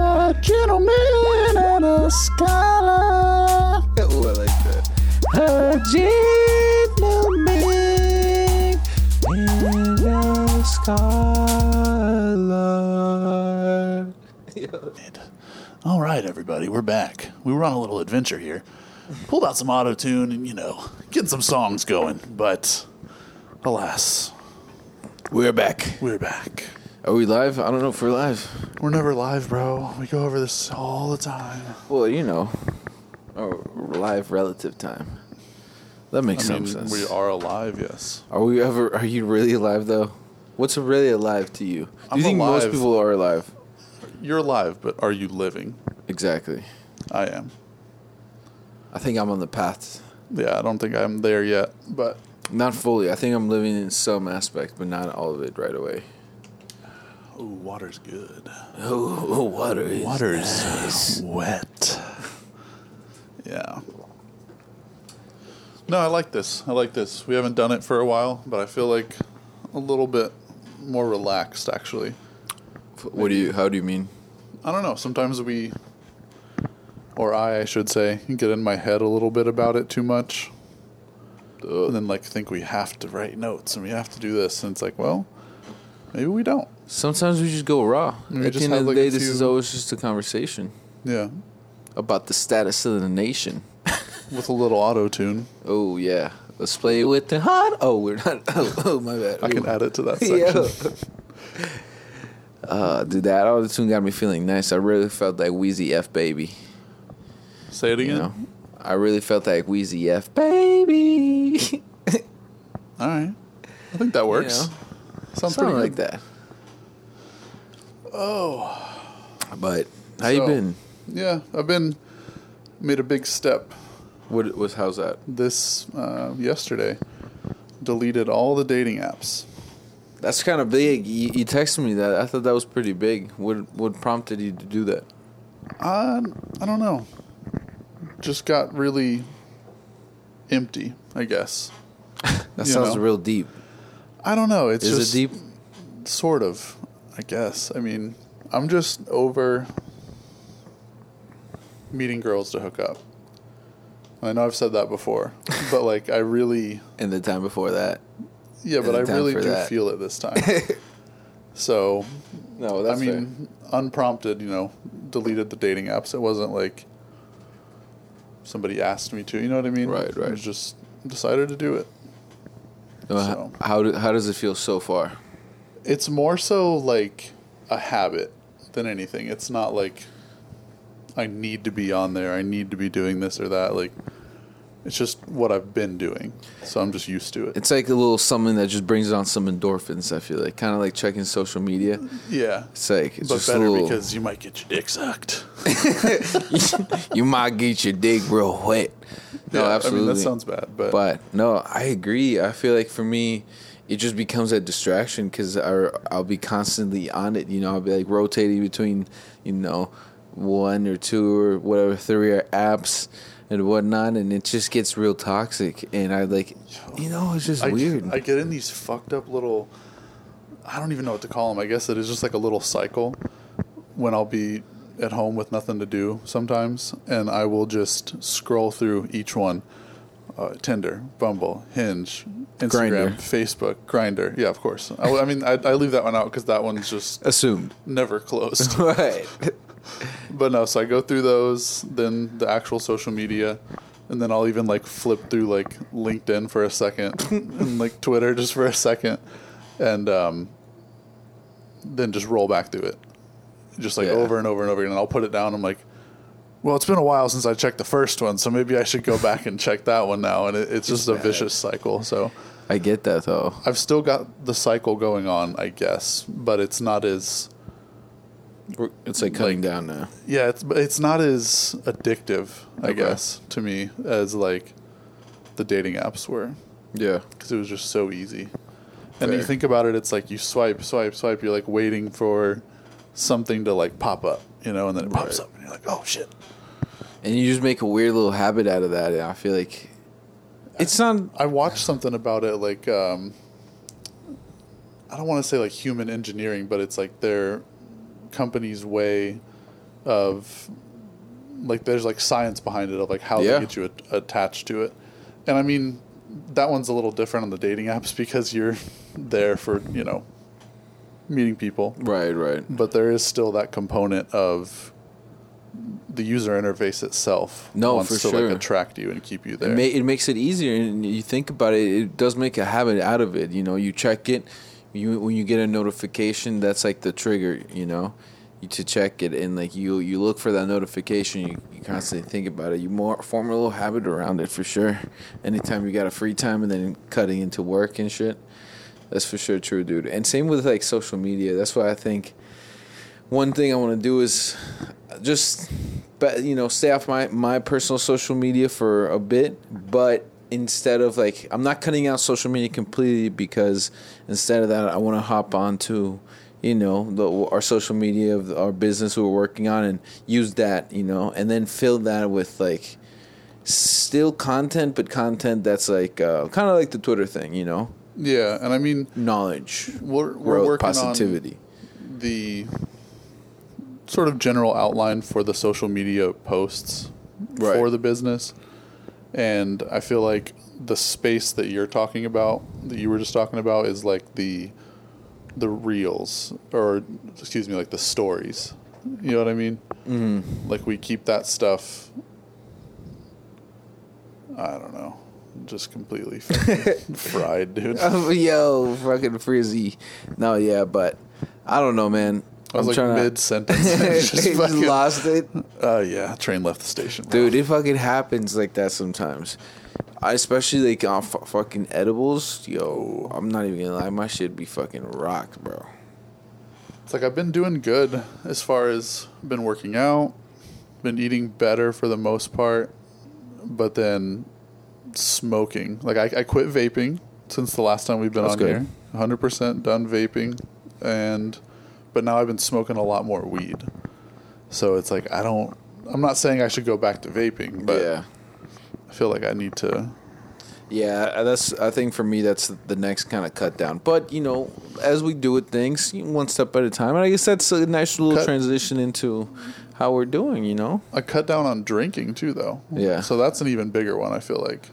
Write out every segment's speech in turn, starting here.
gentleman and a scholar. Oh, I like that. A gentleman and a scholar. All right, everybody, we're back. We were on a little adventure here. Pulled out some auto tune and, you know, getting some songs going, but alas, We're back. we're back. Are we live? I don't know if we're live. We're never live, bro. We go over this all the time. Well, you know, or live relative time. That makes some sense. we are alive, yes. Are we ever? Are you really alive though? What's really alive to you? Do I'm you think most alive. people are alive? You're alive, but are you living? Exactly. I am. I think I'm on the path. Yeah, I don't think I'm there yet, but Not fully. I think I'm living in some aspect, but not all of it right away. oh, water's good. Oh, water is. Water's wet. Yeah. No, I like this. I like this. We haven't done it for a while, but I feel like a little bit more relaxed actually. What do you? How do you mean? I don't know. Sometimes we, or I, I should say, get in my head a little bit about it too much. And then, like, think we have to write notes and we have to do this. And it's like, well, maybe we don't. Sometimes we just go raw. We At just the end have, of the like, a day, this few- is always just a conversation Yeah. about the status of the nation. With a little auto tune. Oh yeah, let's play with the hot. Oh, we're not. Oh, oh my bad. I can Ooh. add it to that section. Yeah. Uh, dude, that auto tune got me feeling nice. I really felt like Wheezy F baby. Say it You again. know, I really felt like Wheezy F baby. you All right. I think that works. know, Sounds something pretty like good. that. Oh. But how you So- been? Yeah. I've been, made a big step What was how's that? this uh, yesterday. Deleted all the dating apps. That's kind of big. You, you texted me that. I thought that was pretty big. What what prompted you to do that? I, I don't know. Just got really empty, I guess. That You sounds know. real deep. I don't know. It's Is just it deep? sort of, I guess. I mean, I'm just over meeting girls to hook up. I know I've said that before, but like I really And the time before that. yeah, but Any I time really for do that. feel it this time. so, No, I mean, unprompted, you know, deleted the dating apps. It wasn't like somebody asked me to. You know what I mean? Right, It right. was just decided to do it. so. how do, how does it feel so far? It's more so like a habit than anything. It's not like I need to be on there. I need to be doing this or that. Like it's just what I've been doing, so I'm just used to it. It's like a little something that just brings on some endorphins. I feel like kind of like checking social media. yeah, It's like it's but just better a little. because you might get your dick sucked. you might get your dick real wet. No, Yeah, absolutely. I mean that sounds bad, but, But no, I agree. I feel like for me, it just becomes a distraction because I'll be constantly on it. You know, I'll be like rotating between, you know, one or two or whatever, three or apps and whatnot, and it just gets real toxic. And I like, you know, it's just I, weird. I get in these fucked up little. I don't even know what to call them. I guess it is just like a little cycle when I'll be at home with nothing to do sometimes, and I will just scroll through each one: uh, Tinder, Bumble, Hinge, Grindr. Instagram, Facebook, Grinder. Yeah, of course. I, I mean, I, I leave that one out because that one's just Assumed, never closed. right? But no, so I go through those, then the actual social media, and then I'll even like flip through like LinkedIn for a second and like Twitter just for a second, and um, then just roll back through it, just like Yeah. over and over and over again. And I'll put it down. I'm like, well, it's been a while since I checked the first one, so maybe I should go back and check that one now. And it, it's just a vicious cycle. So I get that though. I've still got the cycle going on, I guess, but it's not as We're- It's like cutting down now. Yeah, it's but it's not as addictive, I Okay. guess, to me as like the dating apps were Yeah, because it was just so easy. And you Fair. think about it, it's like you swipe, swipe, swipe. You're like waiting for something to like pop up, you know, and then it pops Right. up, and you're like, oh shit. and you just make a weird little habit out of that. And I feel like it's not I watched something about it, like um, I don't want to say like human engineering, but it's like their company's way of like there's like science behind it of like how Yeah. they get you at- attached to it. And I mean, that one's a little different on the dating apps because you're there for, you know, meeting people, Right, right. but there is still that component of the user interface itself No, wants for to sure. like attract you and keep you there. It, ma- it makes it easier, and you think about it, it does make a habit out of it. You know, you check it. You when you get a notification, that's like the trigger. You know, you to check it, and like you you look for that notification. You, you constantly think about it. You more form a little habit around it for sure. Anytime you got a free time, and then cutting into work and shit. That's for sure true, dude. And same with like social media. That's why I think one thing I want to do is just, but you know, stay off my my personal social media for a bit. But instead of like, I'm not cutting out social media completely because instead of that, I want to hop on to, you know, the, our social media of our business we're working on and use that, you know, and then fill that with like still content, but content that's like uh, kind of like the Twitter thing, you know, yeah, and I mean knowledge, we're we're growth, working on positivity. the sort of general outline for the social media posts Right. for the business. And I feel like the space that you're talking about, that you were just talking about, is like the the reels, or excuse me, like the stories. You know what I mean? Mm-hmm. Like we keep that stuff. I don't know, just completely fucking fried, dude. I Oh, Yo, fucking frizzy. No, yeah, but I don't know, man. I was like mid sentence. just, lost it, Uh, yeah, train left the station. dude. It fucking happens like that sometimes. I especially like on f- fucking edibles. Yo, I'm not even gonna lie, my shit be fucking rocked, bro. It's like I've been doing good as far as been working out, been eating better for the most part, but then smoking. Like I, I quit vaping since the last time we've been That's on good. here. 100% done vaping and but now I've been smoking a lot more weed. So it's like I don't I'm not saying I should go back to vaping, but yeah, I feel like I need to yeah. That's I think for me that's the next kind of cut down. But you know, as we do with things, you- one step at a time. And I guess that's a nice little Cut. transition into how we're doing. You know? I cut down on drinking too though. Yeah. So that's an even bigger one I feel like.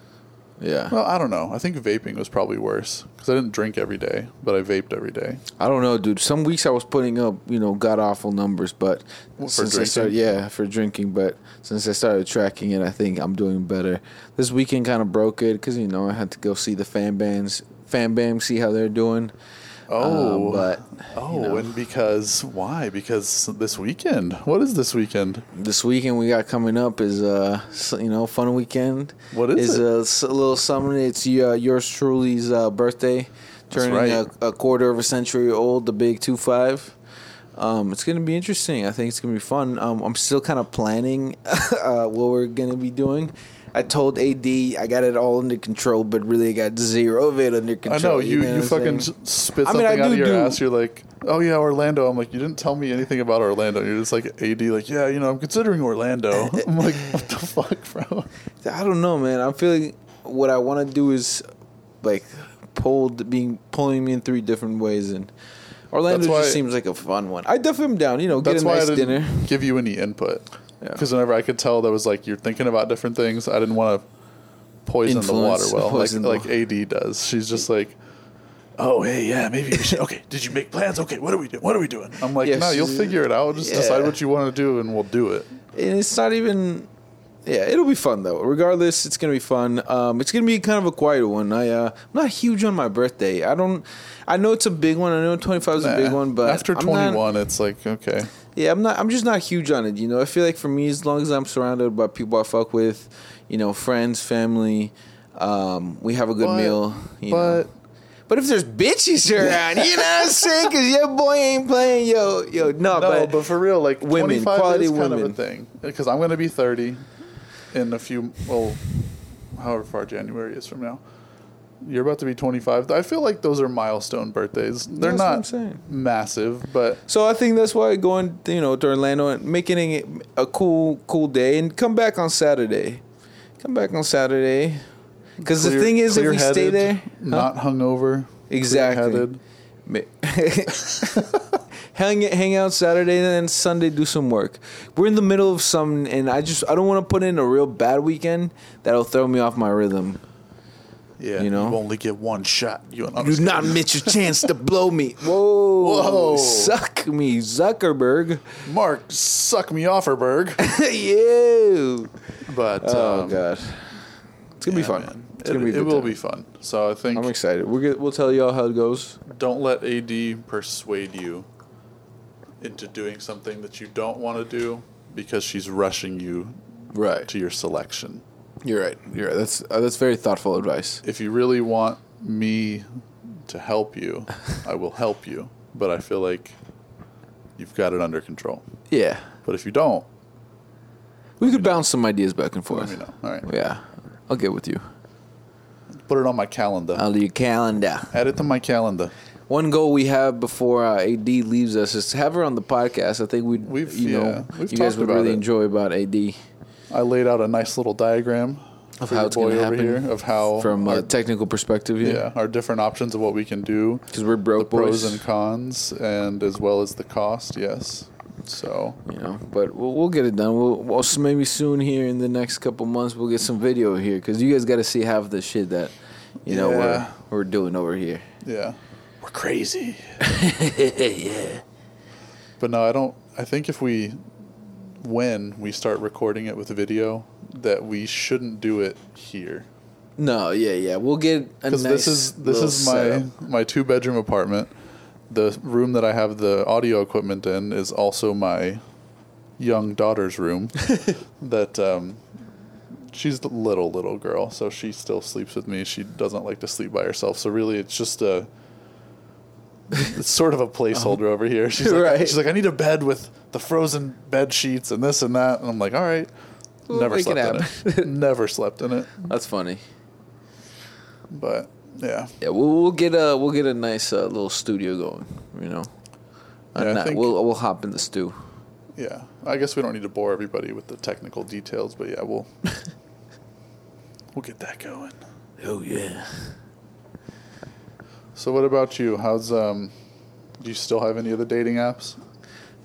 Yeah. Well, I don't know. I think vaping was probably worse because I didn't drink every day, but I vaped every day. I don't know, dude. Some weeks I was putting up, you know, god awful numbers, but What, for since I drinking? started, yeah, for drinking. But since I started tracking it, I think I'm doing better. This weekend kind of broke it because you know I had to go see the fan bands, fan bam, see how they're doing. Uh, Oh, but oh, and because why? Because this weekend. What is this weekend? this weekend we got coming up is uh s- you know fun weekend. What is is it? A, s- a little something. It's uh, yours truly's uh, birthday, turning right. a, a quarter of a century old. The big two five. Um, it's gonna be interesting. I think it's gonna be fun. Um, I'm still kind of planning uh, what we're gonna be doing. I told AD I got it all under control, but really I got zero of it under I control. know you. know You, what I'm fucking saying? s- spit I mean, something I out do of your do- ass. You're like, oh yeah, Orlando. I'm like, you didn't tell me anything about Orlando. You're just like AD. Like, yeah, you know, I'm considering Orlando. I'm like, what the fuck, bro? I don't know, man. I'm feeling what I want to do is like pulled being pulling me in three different ways, and Orlando That's why- just seems like a fun one. I definitely am down. You know, get That's a why nice I didn't dinner. give you any input. Yeah. Because whenever I could tell that was like you're thinking about different things, I didn't want to poison Influence, the water well, like poison the- like AD does. She's just like, oh hey yeah maybe we should. Okay, did you make plans? Okay, what are we doing? What are we doing? I'm like, Yeah, no, you'll she's- figure it out. Just yeah. decide what you want to do and we'll do it. and it's not even yeah it'll be fun though regardless it's gonna be fun um, it's gonna be kind of a quiet one i uh, i'm not huge on my birthday i don't i know it's a big one i know 25 is a big Nah. one but after I'm not- 21, it's like okay, yeah i'm not i'm just not huge on it you know i feel like for me as long as i'm surrounded by people i fuck with you know friends family um, we have a good But- meal you but know. But if there's bitches around, you know what I'm saying? Because your boy ain't playing, yo, yo, no, no, but, but, for real, like women, 25 quality is kind of women. a thing because I'm gonna be 30 in a few, well, however far January is from now. You're about to be 25. I feel like those are milestone birthdays. They're That's what I'm not saying. massive, but So I think that's why going, you know, to Orlando and making it a cool, cool day, and come back on Saturday. Come back on Saturday, because the clear- thing is, if we stay clear-headed, there, not hungover, Exactly. clear-headed. Ma- hang hang out Saturday and then Sunday do some work. We're in the middle of some, and I just I don't want to put in a real bad weekend that'll throw me off my rhythm. Yeah, You know? only get one shot. You and I'm Do just not kidding. miss your chance to blow me. Whoa, Whoa. suck me, Zuckerberg. Mark suck me offerberg. you. But Oh um, god, it's gonna be yeah, fun. man. It's gonna it be. a good it will time. be fun. So I think I'm excited. We're gonna, we'll tell y'all how it goes. don't let AD persuade you into doing something that you don't want to do because she's rushing you Right. to your selection. You're right. You're right. That's uh, that's very thoughtful advice. If you really want me to help you, I will help you. But I feel like you've got it under control. Yeah. But if you don't, We could bounce some ideas back and forth. let me know. All right. Yeah. I'll get with you. Put it on my calendar. I'll do your calendar. Add it to my calendar. One goal we have before uh, AD leaves us is to have her on the podcast. I think we'd, We've- you know, yeah, we've you guys talked would about really it. enjoy about AD I laid out a nice little diagram Of for how your it's gonna boy over happen here of how from our, a technical perspective. yeah our different options of what we can do. Because we're broke boys. pros and cons, and as well as the cost. Yes. So you know, but we'll, we'll get it done. We'll, we'll s- maybe soon here in the next couple months we'll get some video here because you guys got to see half the shit that you know Yeah. we're we're doing over here. yeah, we're crazy. yeah. But no, I don't. I think if we, when we start recording it with video, that we shouldn't do it here No, yeah, yeah. We'll get a nice because this is this little is my setup. my two bedroom apartment. The room that I have the audio equipment in is also my young daughter's room. that um, she's the little little girl, so she still sleeps with me. She doesn't like to sleep by herself, so really, it's just a it's sort of a placeholder over here. She's like, Uh-huh. Right. she's like, I need a bed with the frozen bed sheets and this and that, and I'm like, all right. We'll Never make it slept in it. Never slept in it, That's funny. but yeah. Yeah, we'll, we'll get a we'll get a nice uh, little studio going. You know, Yeah, I yeah, think- we'll we'll hop in the stew. Yeah, I guess we don't need to bore everybody with the technical details, but yeah, we'll we'll get that going. Oh yeah. So, what about you? How's um? Do you still have any of the dating apps?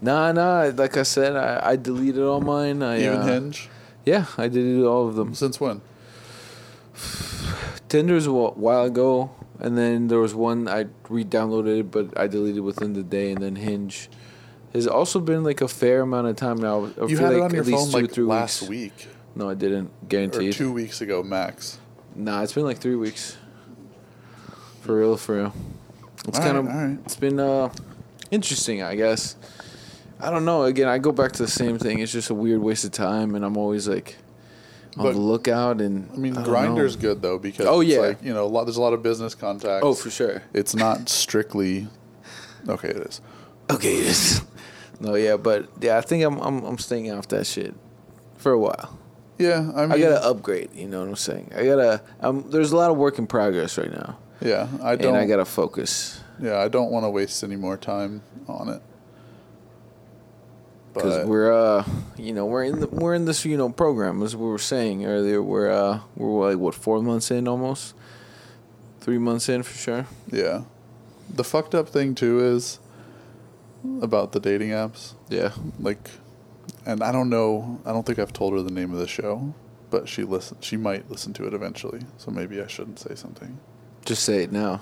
Nah, nah. Like I said, I, I deleted all mine. I, Even uh, Hinge? Yeah, I deleted all of them. Since when? Tinder's a wh- while ago, and then there was one I re-downloaded, it, but I deleted within the day, and then Hinge has also been like a fair amount of time now. I You feel had it like on at your least phone two, like three last weeks. week No, I didn't. or Guaranteed. two weeks ago max. Nah, it's been like three weeks. For real, for real. It's All kind of right, all right. it's been uh interesting, I guess. I don't know. Again, I go back to the same thing. It's just a weird waste of time, and I'm always like on But- the lookout. And I mean, don't Grinder's know. good though because Oh, it's yeah. like, you know, a lot, there's a lot of business contacts. Oh, for sure. It's not strictly okay. It is. Okay, it is. no, yeah, but yeah, I think I'm I'm I'm staying off that shit for a while. Yeah, I mean, I gotta upgrade. You know what I'm saying? I gotta. Um, there's a lot of work in progress right now, yeah, I and don't. I gotta focus yeah, I don't want to waste any more time on it. because But- we're uh, you know, we're in the we're in this you know program as we were saying earlier. We're uh, we're like what four months in almost, three months in for sure. Yeah. The fucked up thing too is about the dating apps. Yeah. Like and I don't know, I don't think I've told her the name of the show, but she listen she might listen to it eventually. So maybe I shouldn't say something. Just say it now.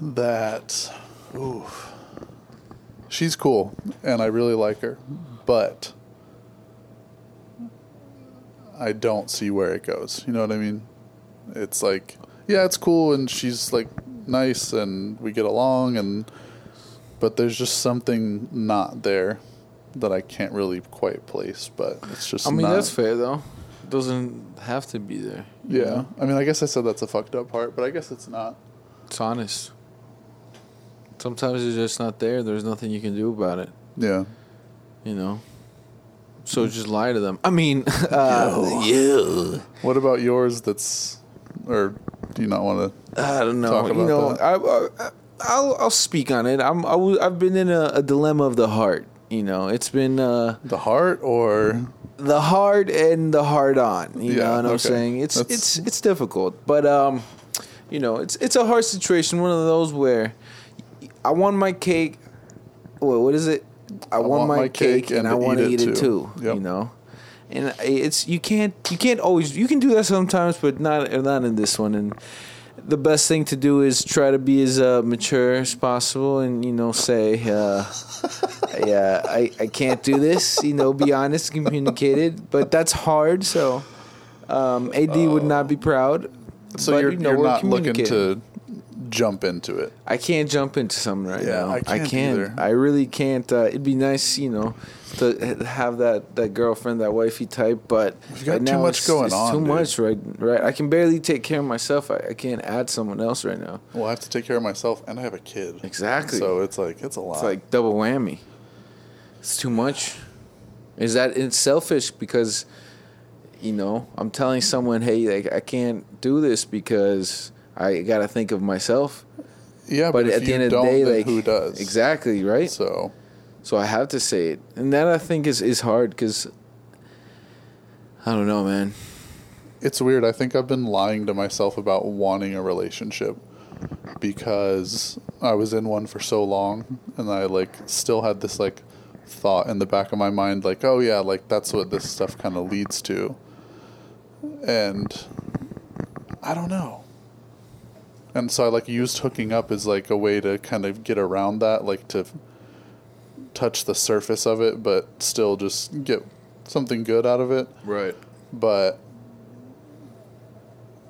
That oof. She's cool and I really like her, but I don't see where it goes. You know what I mean? It's like, yeah, it's cool and she's like nice and we get along and but there's just something not there that I can't really quite place, but it's just I mean, not- that's fair though. Doesn't have to be there. you Yeah. know? I mean, I guess I said that's a fucked up part, but I guess it's not. It's honest. Sometimes it's just not there. There's nothing you can do about it. Yeah. You know. Hmm. So just lie to them. I mean, uh, you. What about yours that's or do you not want to I don't know. Talk You about know, that. I, I, I'll I'll speak on it. I'm I w- I've been in a, a dilemma of the heart. You know, it's been uh, the heart or the hard and the hard on. You know Yeah, what I'm okay. saying? It's That's- it's it's difficult, but um, you know, it's it's a hard situation. One of those where I want my cake, what, what is it? I, want, my, cake, and, I to want to eat, it too. Yep. You know, and it's you can't you can't always you can do that sometimes, but not not in this one. And the best thing to do is try to be as uh, mature as possible, and you know, say, uh, yeah, I I can't do this. You know, be honest, communicate it. But that's hard. So, um, AD would not be proud. So but, you're, you know, you're we're not looking communicating. to jump into it. I can't jump into something right Yeah, now. I I can't. I, can't either. really can't. Uh, it'd be nice, you know, to have that, that girlfriend, that wifey type. But We've got right too now much it's, going it's on, Too dude. much, right? Right. I can barely take care of myself. I, I can't add someone else right now. Well, I have to take care of myself, and I have a kid. Exactly. So it's like it's a lot. It's like double whammy. It's too much. Is that it's selfish because you know, I'm telling someone, "Hey, like I can't do this because I got to think of myself." yeah, But, but, if at the you end of the don't, day, then like who does Exactly, right? So So I have to say it, and that I think is is hard because I don't know, man. it's weird. I think I've been lying to myself about wanting a relationship because I was in one for so long and I like still had this like thought in the back of my mind like, oh yeah, like that's what this stuff kind of leads to. And I don't know. And so I like used hooking up as like a way to kind of get around that, like to f- touch the surface of it but still just get something good out of it Right. but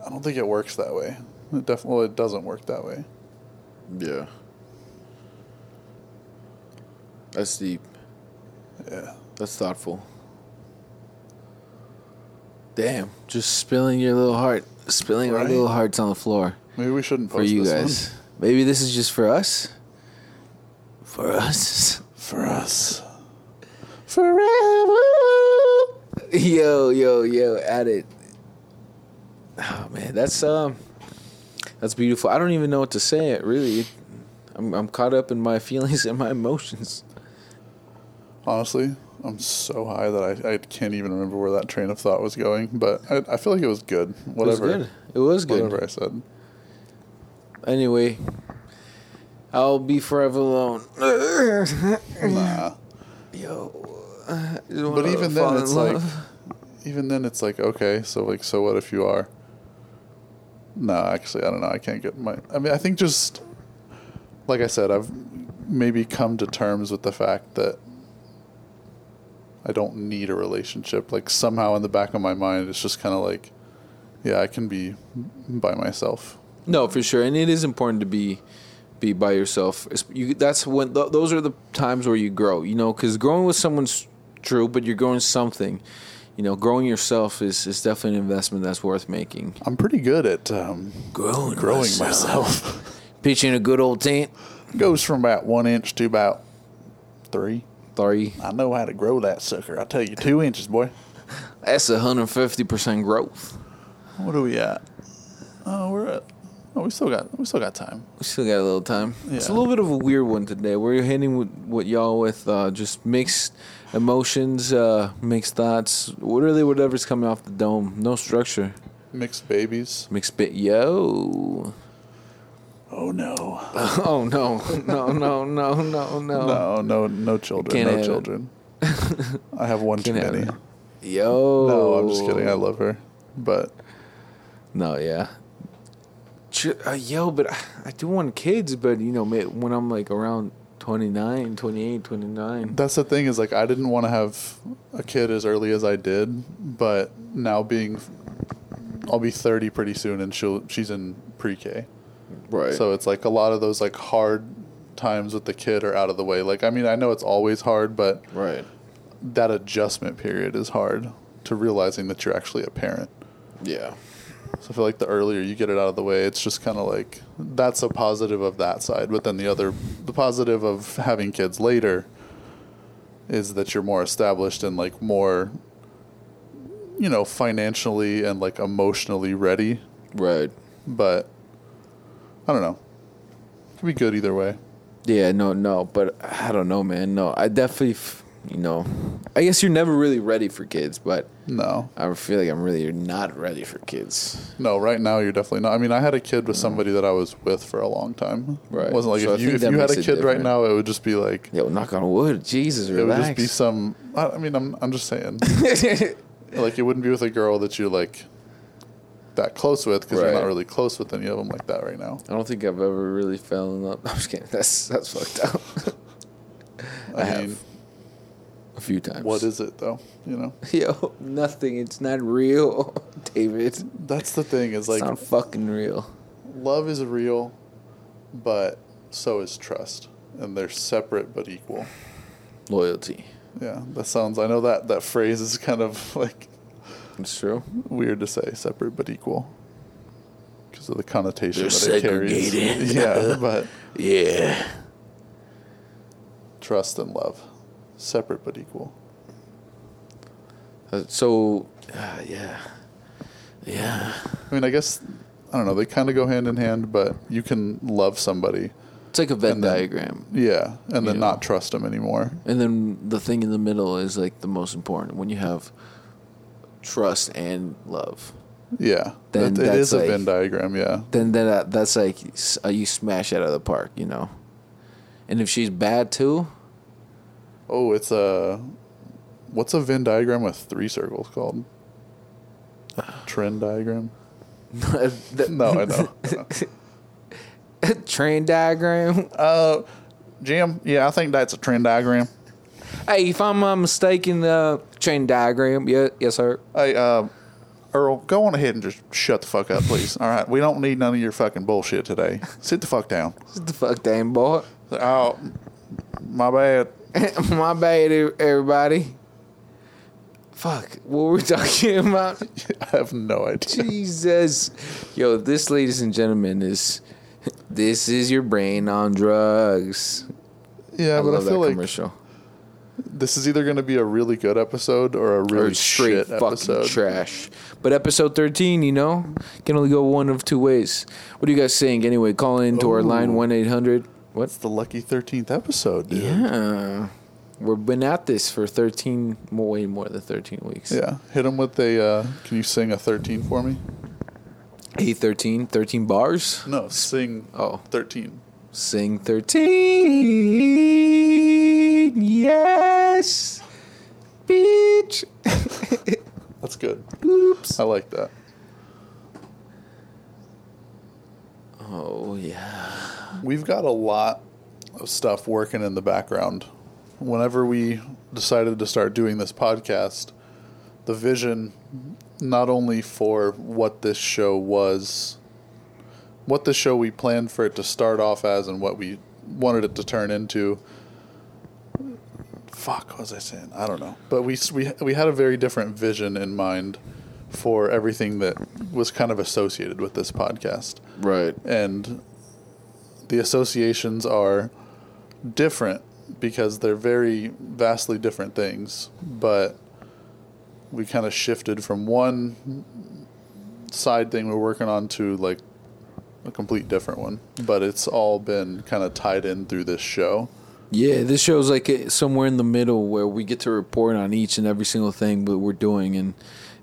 I don't think it works that way. It def- well, it doesn't work that way. Yeah. That's deep. Yeah. That's thoughtful. Damn, just spilling your little heart, spilling our Right? little hearts on the floor Maybe we shouldn't for post you this guys. Maybe this is just for us. For us. one. for us. Forever. Yo, yo, yo, at it. Oh man, that's um that's beautiful. I don't even know what to say it really. I'm I'm caught up in my feelings and my emotions. Honestly, I'm so high that I, I can't even remember where that train of thought was going, but I, I feel like it was good. Whatever. It was good. It was good. Whatever I said. Anyway, I'll be forever alone. Nah. Yo. But even then, it's like, even then, it's like, okay, so like, so what if you are? No, actually, I don't know. I can't get my. I mean, I think just, like I said, I've maybe come to terms with the fact that I don't need a relationship. Like somehow in the back of my mind, it's just kind of like, yeah, I can be by myself. No, for sure, and it is important to be be by yourself. It's- You, that's when th- those are the times where you grow. You know, because growing with someone's true, but you're growing something. You know, growing yourself is is definitely an investment that's worth making. I'm pretty good at um, Growing, growing myself. pitching a good old tent. Goes from about one inch to about three. Sorry, I know how to grow that sucker. I tell you, two inches, boy. that's hundred fifty percent growth. What are we at? Oh, we're at. Oh, we still got. We still got time. We still got a little time. It's a Yeah. little bit of a weird one today. We're hitting with, with y'all with uh, just mixed emotions, uh, mixed thoughts, really whatever's coming off the dome. No structure. Mixed babies. Mixed bit. Yo. Oh no. Oh no, no, no, no, no, no. No, Oh, no, no children. Can't have no it. children. I have one too Can't have many. it. Yo. No, I'm just kidding. I love her, but No, yeah. Ch- uh, yo, but I, I do want kids, but you know, ma- when I'm like around 29, 28, 29. that's the thing. Is like I didn't want to have a kid as early as I did, but now being, I'll be 30 pretty soon, and she'll she's in pre-K. Right. So it's like a lot of those like hard times with the kid are out of the way. Like I mean, I know it's always hard, but right. that adjustment period is hard to realizing that you're actually a parent. Yeah. So I feel like the earlier you get it out of the way, it's just kind of like that's a positive of that side. But then the other, the positive of having kids later is that you're more established and like more, you know, financially and like emotionally ready. Right. But I don't know. It could be good either way. Yeah, no, no, but I don't know, man. No, I definitely f- you know, I guess you're never really ready for kids, but No, I feel like I'm really not ready for kids. no. Right now, you're definitely not. I mean, I had a kid with somebody that I was with for a long time. Right. It wasn't like So I if you think if that you had a makes kid it right different. now, it would just be like Yo, knock on wood. Jesus, it would relax. just be some. I I mean, I'm I'm just saying, like it wouldn't be with a girl that you're like that close with because you're Right. not really close with any of them like that right now. I don't think I've ever really fell in love. I'm just kidding. That's that's fucked up. I, I have. mean, A few times. what is it though? You know, Yo, nothing. It's not real, David. It's that's the thing. Is like not fucking real. love is real, but so is trust, and they're separate but equal. Loyalty. Yeah, that sounds. I know that that phrase is kind of like It's true. weird to say, separate but equal, because of the connotation They're that it carries. segregated. yeah, but Yeah. trust and love, separate but equal. Uh, so, uh, yeah, yeah. I mean, I guess I don't know. They kind of go hand in hand, but you can love somebody, It's like a Venn then- diagram, yeah, and then Yeah. not trust them anymore. and then the thing in the middle is like the most important. When you have trust and love, Yeah, Then That- it is that's a like- Venn diagram. Yeah, then that uh, that's like s- uh, you smash that out of the park, you know. And if she's bad too, Oh, it's a what's a Venn diagram with three circles called? Trend diagram? the No, I know. train diagram. uh, Jim, yeah, I think that's a trend diagram. Hey, if I'm uh, mistaken, uh, train diagram. Yeah, yes, sir. Hey, uh, Earl, go on ahead and just shut the fuck up, please. All right, we don't need none of your fucking bullshit today. Sit the fuck down. What the fuck, damn boy. Oh, my bad. My bad, e- everybody. Fuck, what were we talking about? I have no idea. Jesus. Yo, this, ladies and gentlemen, is this is your brain on drugs. Yeah, I but I love that feel like commercial. this is either going to be a really good episode or a Or really it's straight shit fucking episode. trash. But episode 13, you know, can only go one of two ways. What are you guys saying anyway? Call in to our line 1 800. What? It's the lucky thirteenth episode, dude. Yeah. We've been at this for 13, more, way more than 13 weeks. Yeah, hit him with a. Uh, can you sing a thirteen for me? Hey, 13, 13 bars? No, sing Oh. thirteen. Sing 13. Yes. Beach. That's good. Oops. I like that. Oh, yeah. We've got a lot of stuff working in the background. Whenever we decided to start doing this podcast, the vision not only for what this show was, what the show we planned for it to start off as, and what we wanted it to turn into. Fuck, what was I saying? I don't know. But we s- we we had a very different vision in mind for everything that was kind of associated with this podcast Right. and the associations are different because they're very vastly different things but we kind of shifted from one side thing we're working on to like a complete different one but it's all been kind of tied in through this show Yeah, this show's like it- somewhere in the middle where we get to report on each and every single thing that we're doing and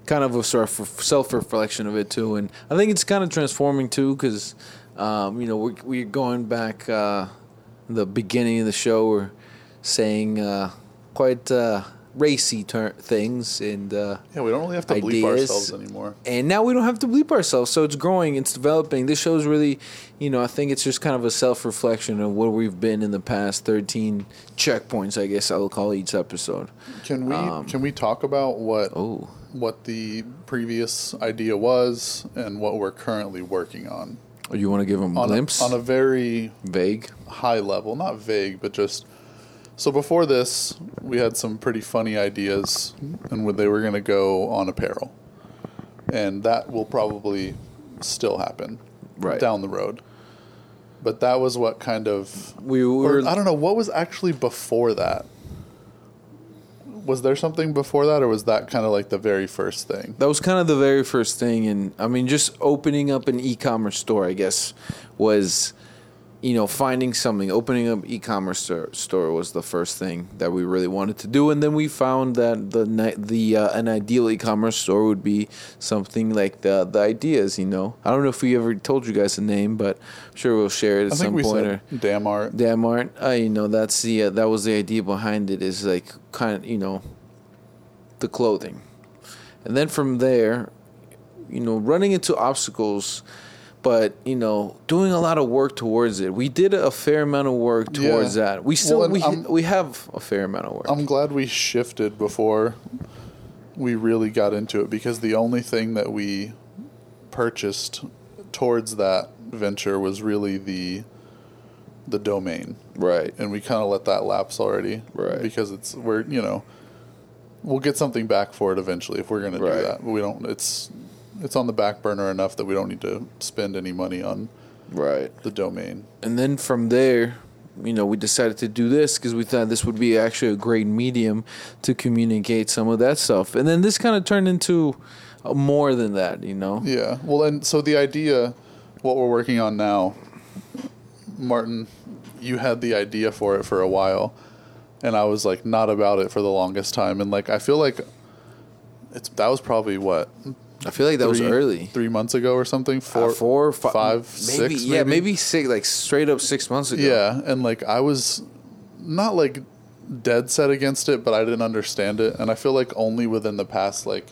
kind of a sort of self reflection of it too. And I think it's kind of transforming too because, um, you know, we're, we're going back uh, the beginning of the show, we're saying uh, quite uh, racy ter- things and. Uh, yeah we don't really have to bleep Ideas. ourselves anymore and now we don't have to bleep ourselves. So it's growing, it's developing. This show's really, you know, I think it's just kind of a self reflection of what we've been in the past 13 checkpoints, I guess I will call each episode. can we can we talk about what Um, Oh, what the previous idea was and what we're currently working on you want to give them a on, a, glimpse? on a very Vague. high level, not vague, but just. So before this, we had some pretty funny ideas, and where they were going to go on apparel, and that will probably still happen Right. down the road. But that was what kind of We or were. I don't know what was actually before that. Was there something before that, or was that kind of like the very first thing? that was kind of the very first thing and i mean just opening up an e-commerce store i guess was you know, finding something, opening up e-commerce store, store was the first thing that we really wanted to do, and then we found that the ni- the uh, an ideal e-commerce store would be something like the the ideas. You know, I don't know if we ever told you guys the name, but I'm sure we'll share it at I think some we point. said or damn art. damn art. Uh, you know, that's the uh, that was the idea behind it. Is like kind of you know, the clothing, and then from there, you know, running into obstacles, but you know, doing a lot of work towards it. We did a fair amount of work Yeah. towards that. We still Well, and we I'm- we have a fair amount of work. I'm glad we shifted before we really got into it because the only thing that we purchased towards that venture was really the the domain right. and we kind of let that lapse already Right. because it's we're you know we'll get something back for it eventually if we're going to do Right. that but we don't it's it's on the back burner enough that we don't need to spend any money on Right. the domain and then from there, you know, we decided to do this because we thought this would be actually a great medium to communicate some of that stuff. And then this kind of turned into uh, more than that, you know. Yeah. Well, and so the idea, what we're working on now, Martin, you had the idea for it for a while, and I was like not about it for the longest time, and like I feel like it's that was probably what I feel like that was three- early. three months ago or something, Four, four, uh, four, fi- five, maybe, six, yeah, maybe six, like straight up six months ago. yeah, and like I was not like dead set against it, but I didn't understand it, and I feel like only within the past like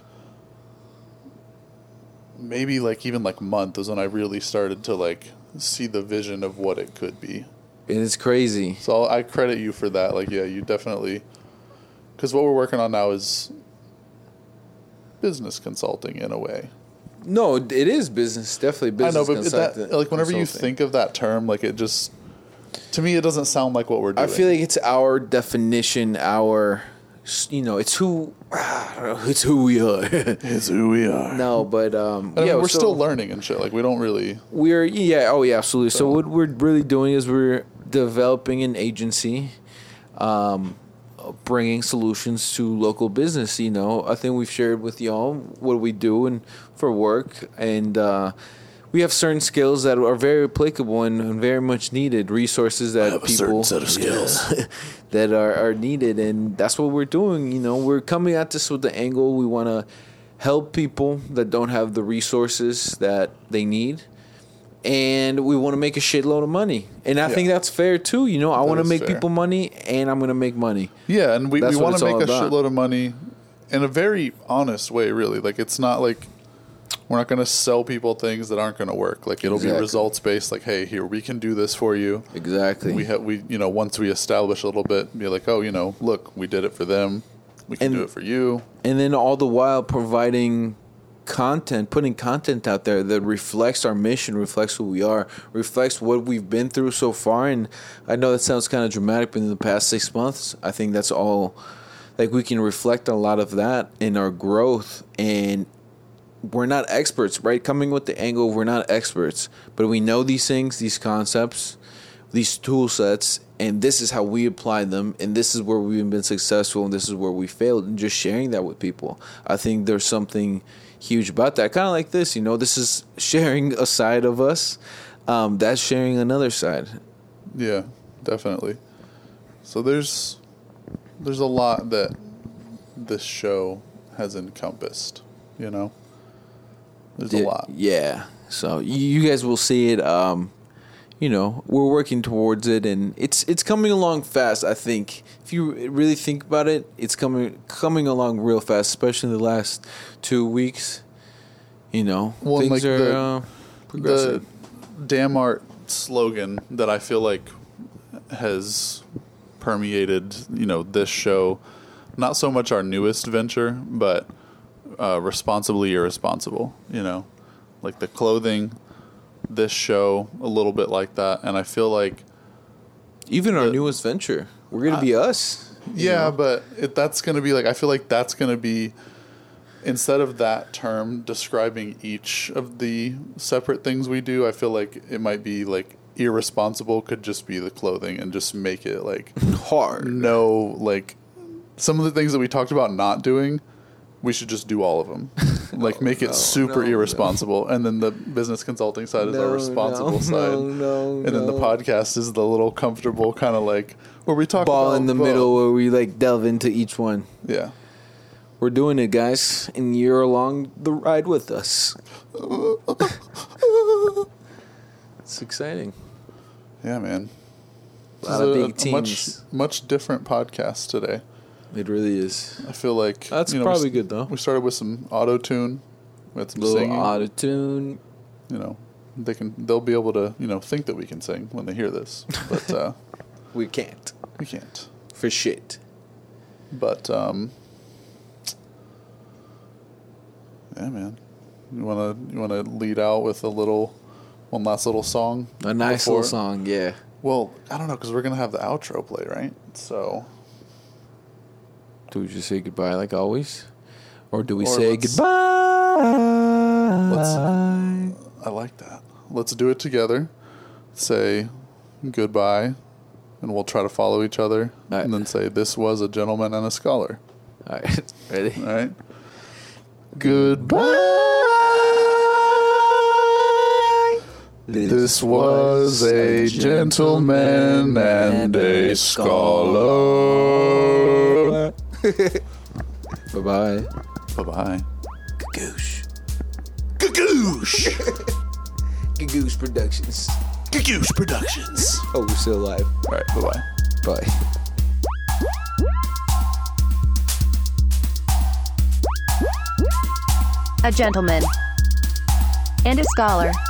maybe like even like month is when I really started to like see the vision of what it could be. and it's crazy. So I'll, I credit you for that. Like, yeah, you definitely because what we're working on now is business consulting in a way. No, it is business, definitely business. I know, but consultant- that, like whenever you consulting. think of that term, like it just to me it doesn't sound like what we're I doing. feel like it's our definition, our, s- you know, it's who, I don't know, it's who we are. it's who we are. no, but um, I mean, yeah, we're so- still learning and shit. Like we don't really. We're yeah, oh yeah, absolutely. So what we're really doing is we're developing an agency, um, bringing solutions to local business. You know, I think we've shared with y'all what we do and for work, and uh, we have certain skills that are very applicable and, and very much needed. Resources that people that are, are needed and that's what we're doing you know we're coming at this with the angle we want to help people that don't have the resources that they need and we want to make a shitload of money and i Yeah. think that's fair too you know i want to is make fair. people money and i'm going to make money Yeah, and we, That's we what want it's to make all a about. shitload of money in a very honest way. Really, like it's not like we're not going to sell people things that aren't going to work. Like it'll be Exactly. results based. Like hey, here we can do this for you. exactly We have we you know once we establish a little bit, be like oh you know look we did it for them. We can And- do it for you. and then all the while providing content putting content out there that reflects our mission reflects who we are reflects what we've been through so far and i know that sounds kind of dramatic but in the past six months i think that's all like we can reflect a lot of that in our growth and we're not experts right coming with the angle we're not experts but we know these things these concepts these tool sets and this is how we apply them and this is where we've been successful and this is where we failed and just sharing that with people i think there's something huge about that kind of like this you know this is sharing a side of us um, that's sharing another side Yeah, definitely. So there's there's a lot that this show has encompassed, you know. There's a Yeah, lot. Yeah. So you, you guys will see it. Um, you know, we're working towards it, and it's it's coming along fast. I think if you really think about it, it's coming coming along real fast, especially the last two weeks. You know, Well, and, things like, are the- uh, The progressing. damn art slogan that I feel like has permeated, you know, this show, not so much our newest venture, but uh, responsibly irresponsible, you know, like the clothing, this show, a little bit like that. And I feel like Even our newest venture, we're gonna be us. you Yeah, know? but it, that's going to be like I feel like that's going to be instead of that term describing each of the separate things we do, I feel like it might be like irresponsible could just be the clothing and just make it like hard. no like some of the things that we talked about not doing we should just do all of them. Like make it no, super no, no. irresponsible, and then the business consulting side is our responsible side, No, no, and then the podcast is the little comfortable kind of like where we talk ball about in the well, middle where we like delve into each one. Yeah, We're doing it, guys, and you're along the ride with us. it's exciting. yeah, man. A This lot of is a- big a much teams. much different podcast today. It really is. I feel like That's we probably s- good, though. We started with some auto tune, with some little singing. out of tune. You know, they can they'll be able to you know think that we can sing when they hear this, but uh, We can't we can't. for shit. But um, yeah, man, you wanna you wanna lead out with a little one last little song. A nice before- little song, yeah. Well, I don't know because we're gonna have the outro play, right? So Do we just say goodbye like always, or do we Or say let's- goodbye? I like that. Let's do it together. Say goodbye, and we'll try to follow each other, All right. and then say this was a gentleman and a scholar. All right, ready. All right. Goodbye. This was a gentleman and a scholar. bye bye. Bye bye. Gagoosh. Gagoosh. Gagoosh Productions. Goose Productions. Oh, we're still alive. All right. Bye bye. Bye. a gentleman, and a scholar.